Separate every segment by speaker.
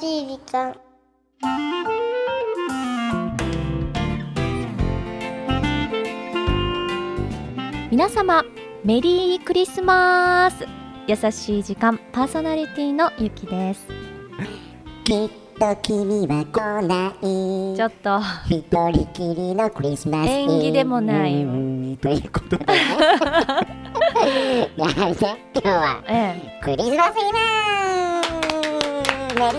Speaker 1: しい時間
Speaker 2: 皆様メリークリスマス優しい時間パーソナリティのゆきです
Speaker 3: きっと君は来ない
Speaker 2: ちょっと
Speaker 3: 一人きりのクリスマス
Speaker 2: 縁起で もない
Speaker 3: うんということでねやはりね今日は
Speaker 2: え
Speaker 3: クリスマスイブメリ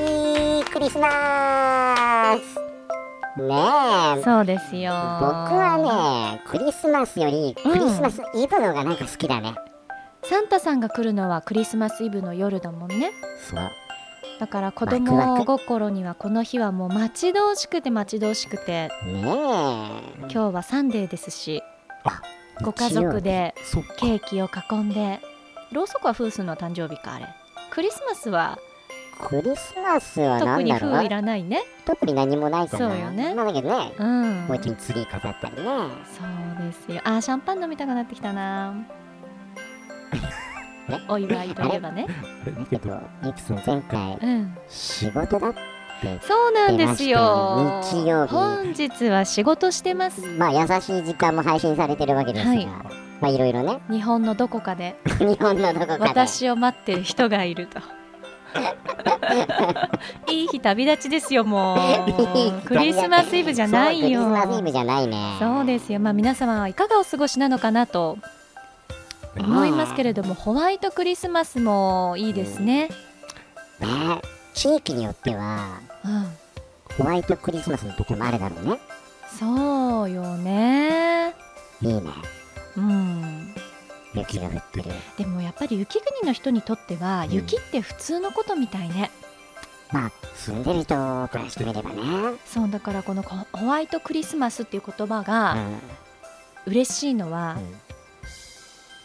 Speaker 3: ークリスマスね
Speaker 2: え
Speaker 3: え
Speaker 2: そうですよ僕
Speaker 3: 僕はねクリスマスよりクリスマスイブのがなんか好きだね、
Speaker 2: サンタさんが来るのはクリスマスイブの夜だもんね
Speaker 3: そう
Speaker 2: だから子
Speaker 3: ワク
Speaker 2: 供
Speaker 3: ワク
Speaker 2: 心にはこの日はもう待ち遠しくて待ち遠しくて
Speaker 3: ねえ
Speaker 2: 今日はサンデーですし
Speaker 3: あ
Speaker 2: ご家族で
Speaker 3: そっか
Speaker 2: ケーキを囲んでろうそくはフースの誕生日かあれクリスマスは
Speaker 3: クリスマスはな
Speaker 2: 特
Speaker 3: ん
Speaker 2: に
Speaker 3: だろ
Speaker 2: 風
Speaker 3: う
Speaker 2: いらないね
Speaker 3: 特に何もないかな
Speaker 2: そうよね
Speaker 3: まあだけどね
Speaker 2: うん
Speaker 3: お家にツリー飾ったりね
Speaker 2: そうですよあーシャンパン飲みたくなってきたな
Speaker 3: ね
Speaker 2: お祝いといえばね
Speaker 3: だけどいくつも前回
Speaker 2: うん
Speaker 3: 仕事だって
Speaker 2: そうなんですよ
Speaker 3: 出ました日曜日
Speaker 2: 本日は仕事してます
Speaker 3: まあ優しい時間も配信されてるわけですが、
Speaker 2: はい
Speaker 3: まあいろいろね
Speaker 2: 日本のどこかで
Speaker 3: 日本のどこかで
Speaker 2: 私を待ってる人がいるといい日旅立ちですよもうクリスマスイブじゃないよ
Speaker 3: そうクリスマスイブじゃないね
Speaker 2: そうですよまあ皆様はいかがお過ごしなのかなと思いますけれどもホワイトクリスマスもいいですね、
Speaker 3: どね地域によっては
Speaker 2: うん、
Speaker 3: ホワイトクリスマスのところもあるだろうね
Speaker 2: そうよね
Speaker 3: いいね
Speaker 2: うん
Speaker 3: 雪が降ってる
Speaker 2: でもやっぱり雪国の人にとっては
Speaker 3: うん
Speaker 2: 雪って普通のことみたいね、
Speaker 3: まあ住んでる人からしてみればね、うん、
Speaker 2: そうだからこのホホワイトクリスマスっていう言葉が嬉しいのは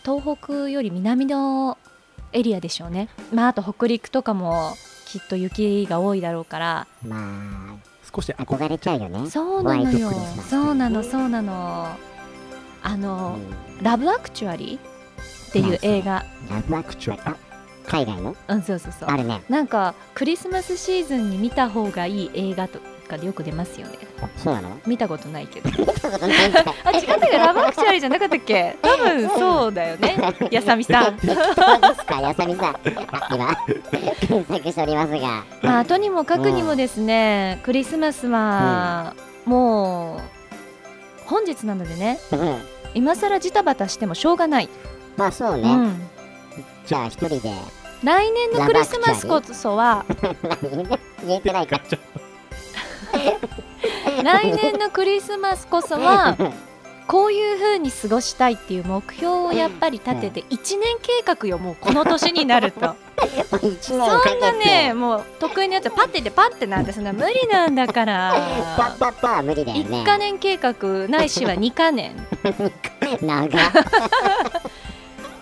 Speaker 2: 東北より南のエリアでしょうねまああと北陸とかもきっと雪が多いだろうから
Speaker 3: うんまあ少し憧れちゃうよね
Speaker 2: そうなのよ
Speaker 3: ホワイトクリスマス
Speaker 2: そうなのそうなのあの
Speaker 3: うん
Speaker 2: 「ラブ・アクチュアリー」っていう映画
Speaker 3: ラブアクチュアリあ海外の
Speaker 2: うんそうそうそう
Speaker 3: あるね
Speaker 2: なんかクリスマスシーズンに見た方がいい映画とかでよく出ますよね
Speaker 3: あそうなの
Speaker 2: 見たことないけど
Speaker 3: 見たことないんだ
Speaker 2: あ違ったけどラブアクチュアリーじゃなかったっけ多分そうだよねやさみさん
Speaker 3: 適当ですかやさみさんあ今検索しておりますが
Speaker 2: まあとにもかくにもですね、クリスマスはもう本日なのでね
Speaker 3: うん
Speaker 2: 今更ジタバタしてもしょうがない、
Speaker 3: まあそうね、
Speaker 2: うん、
Speaker 3: じゃあ一人で
Speaker 2: 来年のクリスマスこそは
Speaker 3: 何言えてないか
Speaker 2: 来年のクリスマスこそはこういう風に過ごしたいっていう目標をやっぱり立てて1年計画よもうこの年になる と
Speaker 3: もう一年
Speaker 2: そん
Speaker 3: かけて
Speaker 2: なねもう得意なやつパッてでパッてなんてそんな無理なんだ か
Speaker 3: パッ
Speaker 2: ら
Speaker 3: パッパは無理だよ
Speaker 2: 1
Speaker 3: ね
Speaker 2: か年計画ないしは2か年
Speaker 3: 長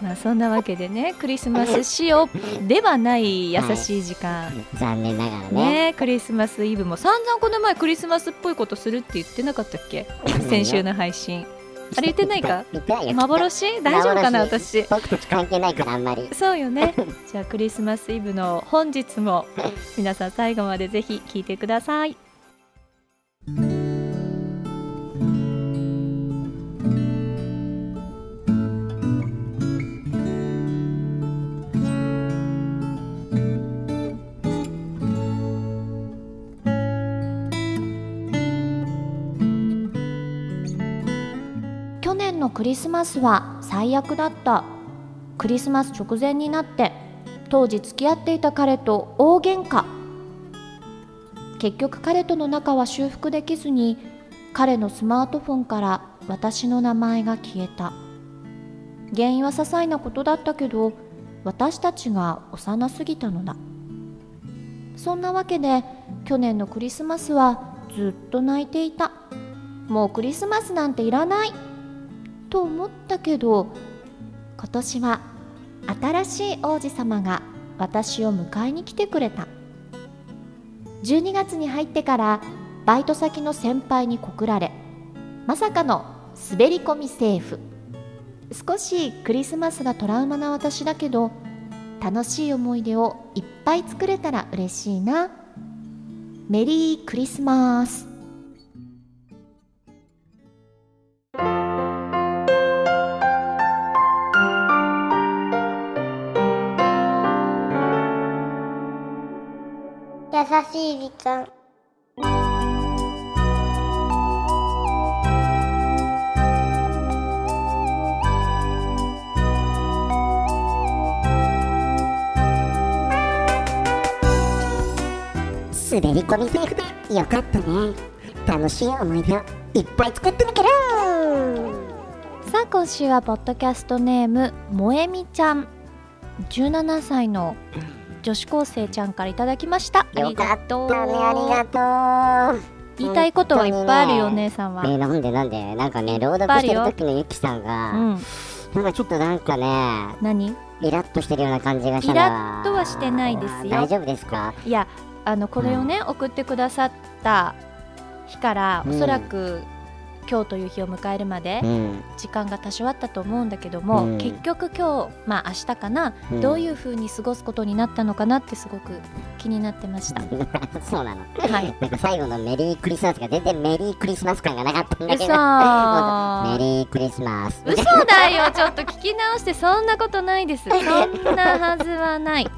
Speaker 2: まあそんなわけでねクリスマス仕様ではない優しい時間
Speaker 3: 残念ながらね
Speaker 2: ねクリスマスイブも散々この前クリスマスっぽいことするって言ってなかったっけ
Speaker 3: 何よ
Speaker 2: 先週の配信あれ言ってないか
Speaker 3: 言ってないよ
Speaker 2: 幻大丈夫かな
Speaker 3: 幻
Speaker 2: 私
Speaker 3: 僕たち関係ないからあんまり
Speaker 2: そうよねじゃあクリスマスイブの本 日も皆さん最後までぜひ聞いてください去年のクリスマスは最悪だったクリスマス直前になって当時付き合っていた彼と大喧嘩結局彼との仲は修復できずに彼のスマートフォンから私の名前が消えた原因は些細なことだったけど私たちが幼すぎたのだそんなわけで去年のクリスマスはずっと泣いていたもうクリスマスなんていらないと思ったけど今年は新しい王子様が私を迎えに来てくれた12月に入ってからバイト先の先輩に告られまさかの滑り込みセーフ少しクリスマスがトラウマな私だけど楽しい思い出をいっぱい作れたら嬉しいなメリークリスマス
Speaker 1: 優しい時間
Speaker 3: 滑り込みセーフでよかったね楽しい思い出をいっぱい作ってるから
Speaker 2: さあ今週はポッドキャストネーム萌えみちゃん17歳の女子高生ちゃんからいただきましたあ
Speaker 3: よ
Speaker 2: り
Speaker 3: か
Speaker 2: が
Speaker 3: っ
Speaker 2: とう
Speaker 3: たねありがとう
Speaker 2: 言いたいことはいっぱいあ
Speaker 3: 本当
Speaker 2: るよ
Speaker 3: にね
Speaker 2: お姉さんは、
Speaker 3: えなんでなんでなんかね朗
Speaker 2: っぱ
Speaker 3: 読
Speaker 2: いあ
Speaker 3: し
Speaker 2: る
Speaker 3: て
Speaker 2: よ
Speaker 3: る時のゆきさんが、
Speaker 2: うん
Speaker 3: なんかちょっとなんかね
Speaker 2: 何
Speaker 3: イラッとしてるような感じがした
Speaker 2: イラッとはしてないですよ
Speaker 3: 大丈夫ですか
Speaker 2: いやあのこれをね、送ってくださった日から
Speaker 3: うん
Speaker 2: おそらく、今日という日を迎えるまで
Speaker 3: うん、
Speaker 2: 時間が多少あったと思うんだけども、
Speaker 3: うん
Speaker 2: 結局今日まあ明日かな、
Speaker 3: ん
Speaker 2: どういう風に過ごすことになったのかなってすごく気になってました
Speaker 3: そうなの
Speaker 2: はい
Speaker 3: なんか最後のメリークリスマスが全然メリークリスマス感がなかったんだ
Speaker 2: 嘘
Speaker 3: けどメ
Speaker 2: ー
Speaker 3: リークリスマス
Speaker 2: 嘘だよちょっと聞き直してそんなことないですそんなはずはない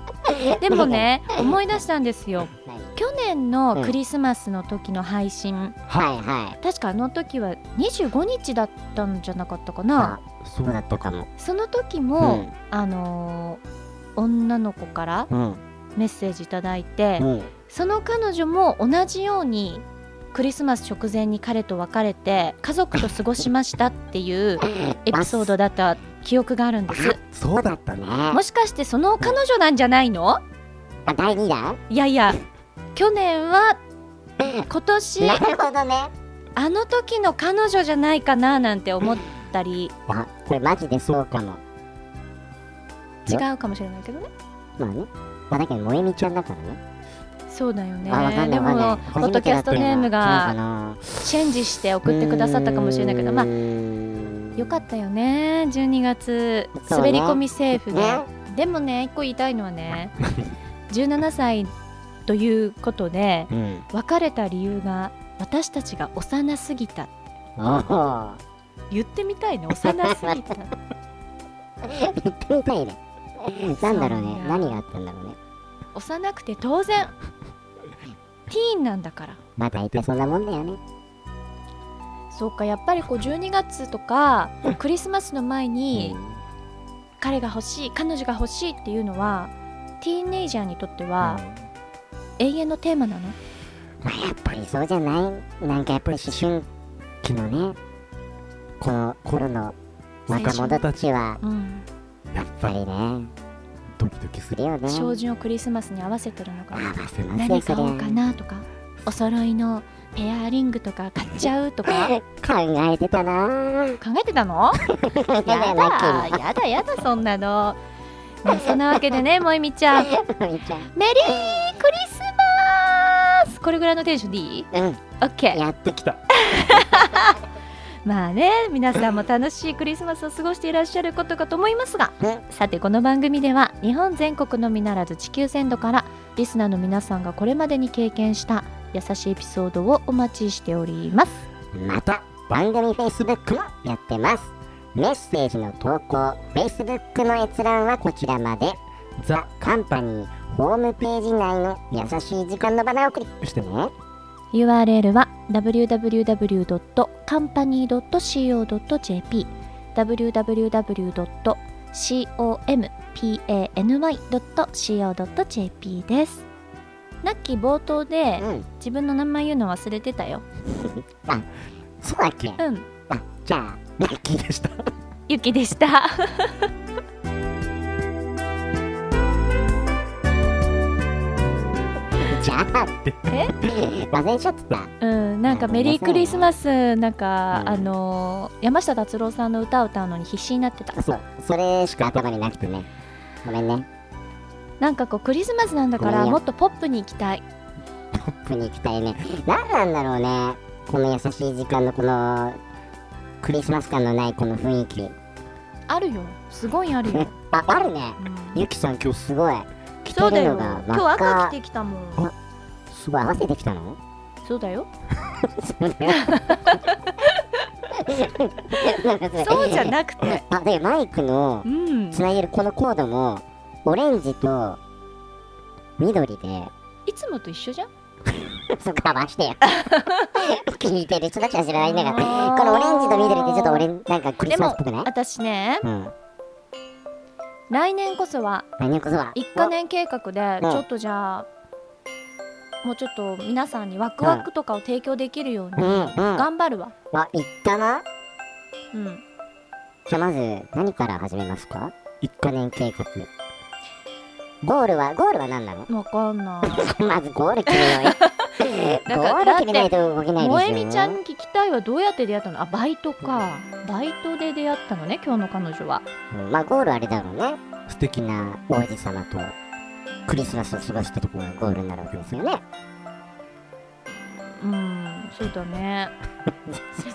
Speaker 2: でもね思い出したんですよ
Speaker 3: はい
Speaker 2: 去年のクリスマスの時の配信、
Speaker 3: はいはい
Speaker 2: 確かあの時は25日だったんじゃなかったか
Speaker 3: あ
Speaker 2: な
Speaker 3: そうだったかも
Speaker 2: その時も、あのー女の子から
Speaker 3: うんうん
Speaker 2: メッセージいただいて、
Speaker 3: うん
Speaker 2: その彼女も同じようにクリスマス直前に彼と別れて家族と過ごしましたっていうエピソードだった記憶があるんです
Speaker 3: あそうだったね
Speaker 2: もしかしてその彼女なんじゃないの
Speaker 3: あ第2弾
Speaker 2: いやいや去年は今年
Speaker 3: なるほどね
Speaker 2: あの時の彼女じゃないかななんて思ったり
Speaker 3: あこれマジでそうかも
Speaker 2: 違うかもしれないけどね
Speaker 3: まあねまあだけど萌えみちゃんだからね
Speaker 2: そうだよね
Speaker 3: あわかんな
Speaker 2: で
Speaker 3: いわかんな
Speaker 2: も
Speaker 3: い
Speaker 2: ポッドキャストネームが
Speaker 3: が
Speaker 2: チェンジして送ってくださったかもしれないけどまあよか
Speaker 3: っ
Speaker 2: ったよね12月
Speaker 3: そうね
Speaker 2: 滑り込みセーフで、
Speaker 3: ね
Speaker 2: でもね一個言いたいのはね17歳ということで
Speaker 3: たうん
Speaker 2: 別れた理由が私たちが幼すぎた
Speaker 3: おお
Speaker 2: 言ってみたいね幼す ぎ
Speaker 3: 言
Speaker 2: た
Speaker 3: ってみたいねなんだろう
Speaker 2: そう
Speaker 3: ね
Speaker 2: ね
Speaker 3: 何があったんだろうね
Speaker 2: 幼くて当然ティーンなんだから
Speaker 3: まあ大体そんなもんだよね
Speaker 2: そうかやっぱりこう12月とかクリスマスの前に
Speaker 3: うん
Speaker 2: 彼が欲しい彼女が欲しいっていうのはティーンネイジャーにとっては永遠のテーマなの
Speaker 3: まあやっぱりそうじゃないなんかやっぱり思春期のねこの頃の若者たちは
Speaker 2: うん
Speaker 3: やっぱりね
Speaker 4: ドキドキす
Speaker 3: す
Speaker 4: る
Speaker 3: るよね
Speaker 2: 照準をクリスマスに合わせてるのかな
Speaker 3: 合わせますよ
Speaker 2: 何
Speaker 3: そ
Speaker 2: 買
Speaker 3: り
Speaker 2: お
Speaker 3: ゃ
Speaker 2: うかなとかお揃いのペアリングとか買っちゃうと か
Speaker 3: 考えてたなぁ
Speaker 2: 考えてたの
Speaker 3: や
Speaker 2: や
Speaker 3: だ
Speaker 2: だ
Speaker 3: な
Speaker 2: やだやだそんなの、 ねそんなわけでね萌実ちゃんメリー
Speaker 3: 君ちゃん
Speaker 2: クリスマスこれぐらいのテンションでいい
Speaker 3: うん
Speaker 2: オッケー
Speaker 3: やってきた
Speaker 2: まあね皆さんも楽しいクリスマスを過ごしていらっしゃることかと思いますが
Speaker 3: う
Speaker 2: さてこの番組では日本全国のみならず地球全土からリスナーの皆さんがこれまでに経験した優しいエピソードをお待ちしております
Speaker 3: また番組 Facebook もやってますメッセージの投稿 Facebook の閲覧はこちらまでザ・カンパニーホームページ内の優しい時間のバナーをクリックしてね
Speaker 2: URL は www.company.co.jp www.company.co.jp ですナッキー冒頭で
Speaker 3: うん
Speaker 2: 自分の名前言うの忘れてたよ
Speaker 3: そうだっけ
Speaker 2: うん
Speaker 3: あじゃあラッキーでした
Speaker 2: ゆきでした。
Speaker 3: じゃあって
Speaker 2: え
Speaker 3: 忘れちゃってた
Speaker 2: うん、なんかメリークリスマス、なんか、
Speaker 3: うん
Speaker 2: あのー山下達郎さんの歌を歌うのに必死になってた。
Speaker 3: そうそれしか頭になくてねごめんね
Speaker 2: なんかこうクリスマスなんだか
Speaker 3: ごめん
Speaker 2: ら、
Speaker 3: よ
Speaker 2: もっとポップに行きたい。
Speaker 3: トップに行きたいね何なんだろうねこの優しい時間のこのクリスマス感のないこの雰囲気
Speaker 2: あるよ、すごいあ るよ。
Speaker 3: ああるね
Speaker 2: うん
Speaker 3: ゆきさん今日すごい着て
Speaker 2: そうだ
Speaker 3: る
Speaker 2: よ
Speaker 3: のが、
Speaker 2: 今日
Speaker 3: 真っ赤
Speaker 2: 赤着てきたもん。
Speaker 3: すごい合わせてき たの
Speaker 2: そうだよ
Speaker 3: そうだよなんかれ
Speaker 2: そうじゃなくて
Speaker 3: あでマイクの
Speaker 2: うん
Speaker 3: つなげるこのコードもオレンジと緑で
Speaker 2: いつもと一緒じゃん
Speaker 3: そこ合わしてよ聞いてる人たちは知らないんだから
Speaker 2: あー
Speaker 3: このオレンジと緑ってちょっとオレンなんかクリ
Speaker 2: で
Speaker 3: スマス
Speaker 2: も
Speaker 3: っぽくない
Speaker 2: 私ね
Speaker 3: うん
Speaker 2: 来年こそは
Speaker 3: 来年こそは
Speaker 2: 一か年計画で
Speaker 3: うん
Speaker 2: ちょっとじゃあもうちょっと皆さんにワクワクとかを提供できるよう
Speaker 3: う
Speaker 2: に
Speaker 3: んうんあ
Speaker 2: 頑張るわ
Speaker 3: いったな
Speaker 2: うん
Speaker 3: じゃあまず何から始めますか一か年計画ゴールはゴールは何なの
Speaker 2: わかんない
Speaker 3: まずゴール決めよう よ
Speaker 2: だ
Speaker 3: ゴ
Speaker 2: か
Speaker 3: ー
Speaker 2: ら
Speaker 3: ル決めないと動けないですよ
Speaker 2: 萌実ちゃんに聞きたいはどうやって出会ったのあバイトかバイトで出会ったのね今日の彼女は
Speaker 3: うんまあゴールあれだろうね素敵な王子様とクリスマスを過ごしたところがゴールになるわけですよね
Speaker 2: うんそう だね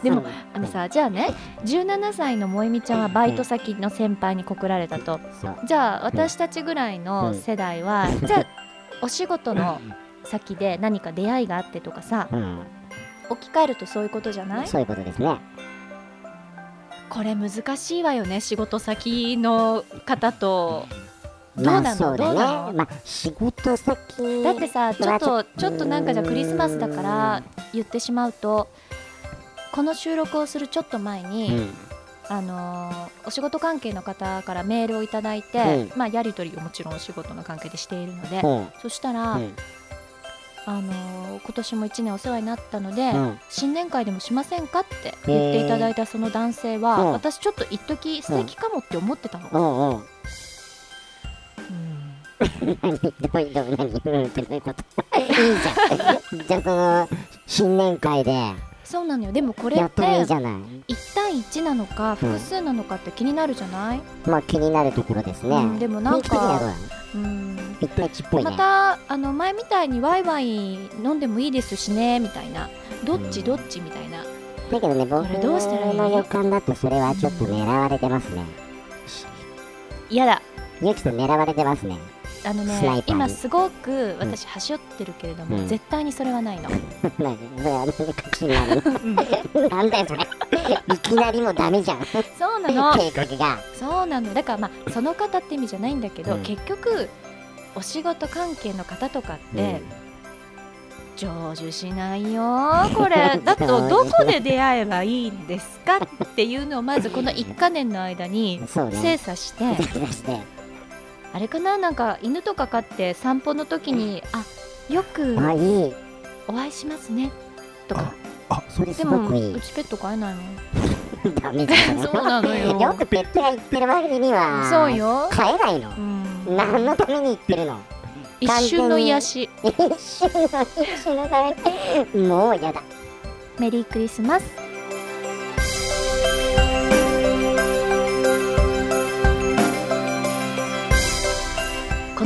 Speaker 2: でもあのさじゃあね17歳の萌実ちゃんはバイト先の先輩に告られたと
Speaker 3: そう
Speaker 2: じゃあ私たちぐらいの世代はじゃあお仕事の先で何か出会いがあってとかさ
Speaker 3: うん、
Speaker 2: 置き換えるとそういうことじゃない
Speaker 3: そういうことですね
Speaker 2: これ難しいわよね仕事先の方とどうなの
Speaker 3: まあそう
Speaker 2: ど
Speaker 3: だ
Speaker 2: う
Speaker 3: ね
Speaker 2: なの
Speaker 3: まあ仕事先
Speaker 2: だってさちょっとちょっとなんかじゃあクリスマスだか
Speaker 3: う
Speaker 2: ら
Speaker 3: ん
Speaker 2: 言ってしまうとこの収録をするちょっと前に、
Speaker 3: うん
Speaker 2: あのーお仕事関係の方からメールをいただいて、まあ、やり取りをもちろんお仕事の関係でしているので、
Speaker 3: うん
Speaker 2: そしたら、
Speaker 3: うん
Speaker 2: あのー今年も1年お世話になったので、
Speaker 3: うん
Speaker 2: 新年会でもしませんかって言っていただいたその男性は、
Speaker 3: うん
Speaker 2: 私ちょっと一時素敵かもって思ってたの。
Speaker 3: うんうん
Speaker 2: うん
Speaker 3: 何どういうどう何うんってどういうこといいじゃんじゃあその新年会で
Speaker 2: そうなのよでもこれ
Speaker 3: や
Speaker 2: っ
Speaker 3: ったらいい
Speaker 2: て
Speaker 3: じゃない
Speaker 2: 1対1なのか複数なのかって気になるじゃない、
Speaker 3: まあ気になるところですね、
Speaker 2: うんでもなん
Speaker 3: 雰囲
Speaker 2: か
Speaker 3: 気的にはどうなの
Speaker 2: うん
Speaker 3: 一対一っぽいね
Speaker 2: またあの前みたいにワイワイ飲んでもいいですしねみたいなどっちどっちみたいな、
Speaker 3: だけどね、僕
Speaker 2: これどうしたらいい
Speaker 3: の予感だとそれはちょっと狙われてますね。
Speaker 2: 嫌だ
Speaker 3: ゆきさん狙われてますね。
Speaker 2: あの
Speaker 3: スナイ
Speaker 2: ね
Speaker 3: パーに
Speaker 2: 今すごく私端折ってるけれども、
Speaker 3: うん
Speaker 2: 絶対にそれはないの、
Speaker 3: なんかそれはなんか気になる ねなんだよそれ。いきなりもうダメじゃん。計
Speaker 2: そうなの
Speaker 3: 画が。
Speaker 2: そうなのだからまあその方って意味じゃないんだけど、
Speaker 3: うん
Speaker 2: 結局お仕事関係の方とかって、成就しない よこれだとどこで出会えばいいんですかっていうのをまずこの1か年の間に
Speaker 3: うん、そう
Speaker 2: 精
Speaker 3: ね。
Speaker 2: 査して
Speaker 3: 出して。
Speaker 2: あれかななんか犬とか飼って散歩の時にあよく
Speaker 3: あ、いい。
Speaker 2: お会いしますねとか
Speaker 3: あ、それ
Speaker 2: です
Speaker 3: ご
Speaker 2: も。
Speaker 3: くいいう
Speaker 2: ちペット飼えないもん
Speaker 3: ダメじゃん。
Speaker 2: そうなのよ
Speaker 3: よくペットが言ってる割には。
Speaker 2: そう。よ、
Speaker 3: 飼えないの
Speaker 2: う。ん、
Speaker 3: 何のために言ってるの
Speaker 2: 一瞬の癒し
Speaker 3: 一瞬の一瞬のために。もうやだ。
Speaker 2: メリークリスマスこ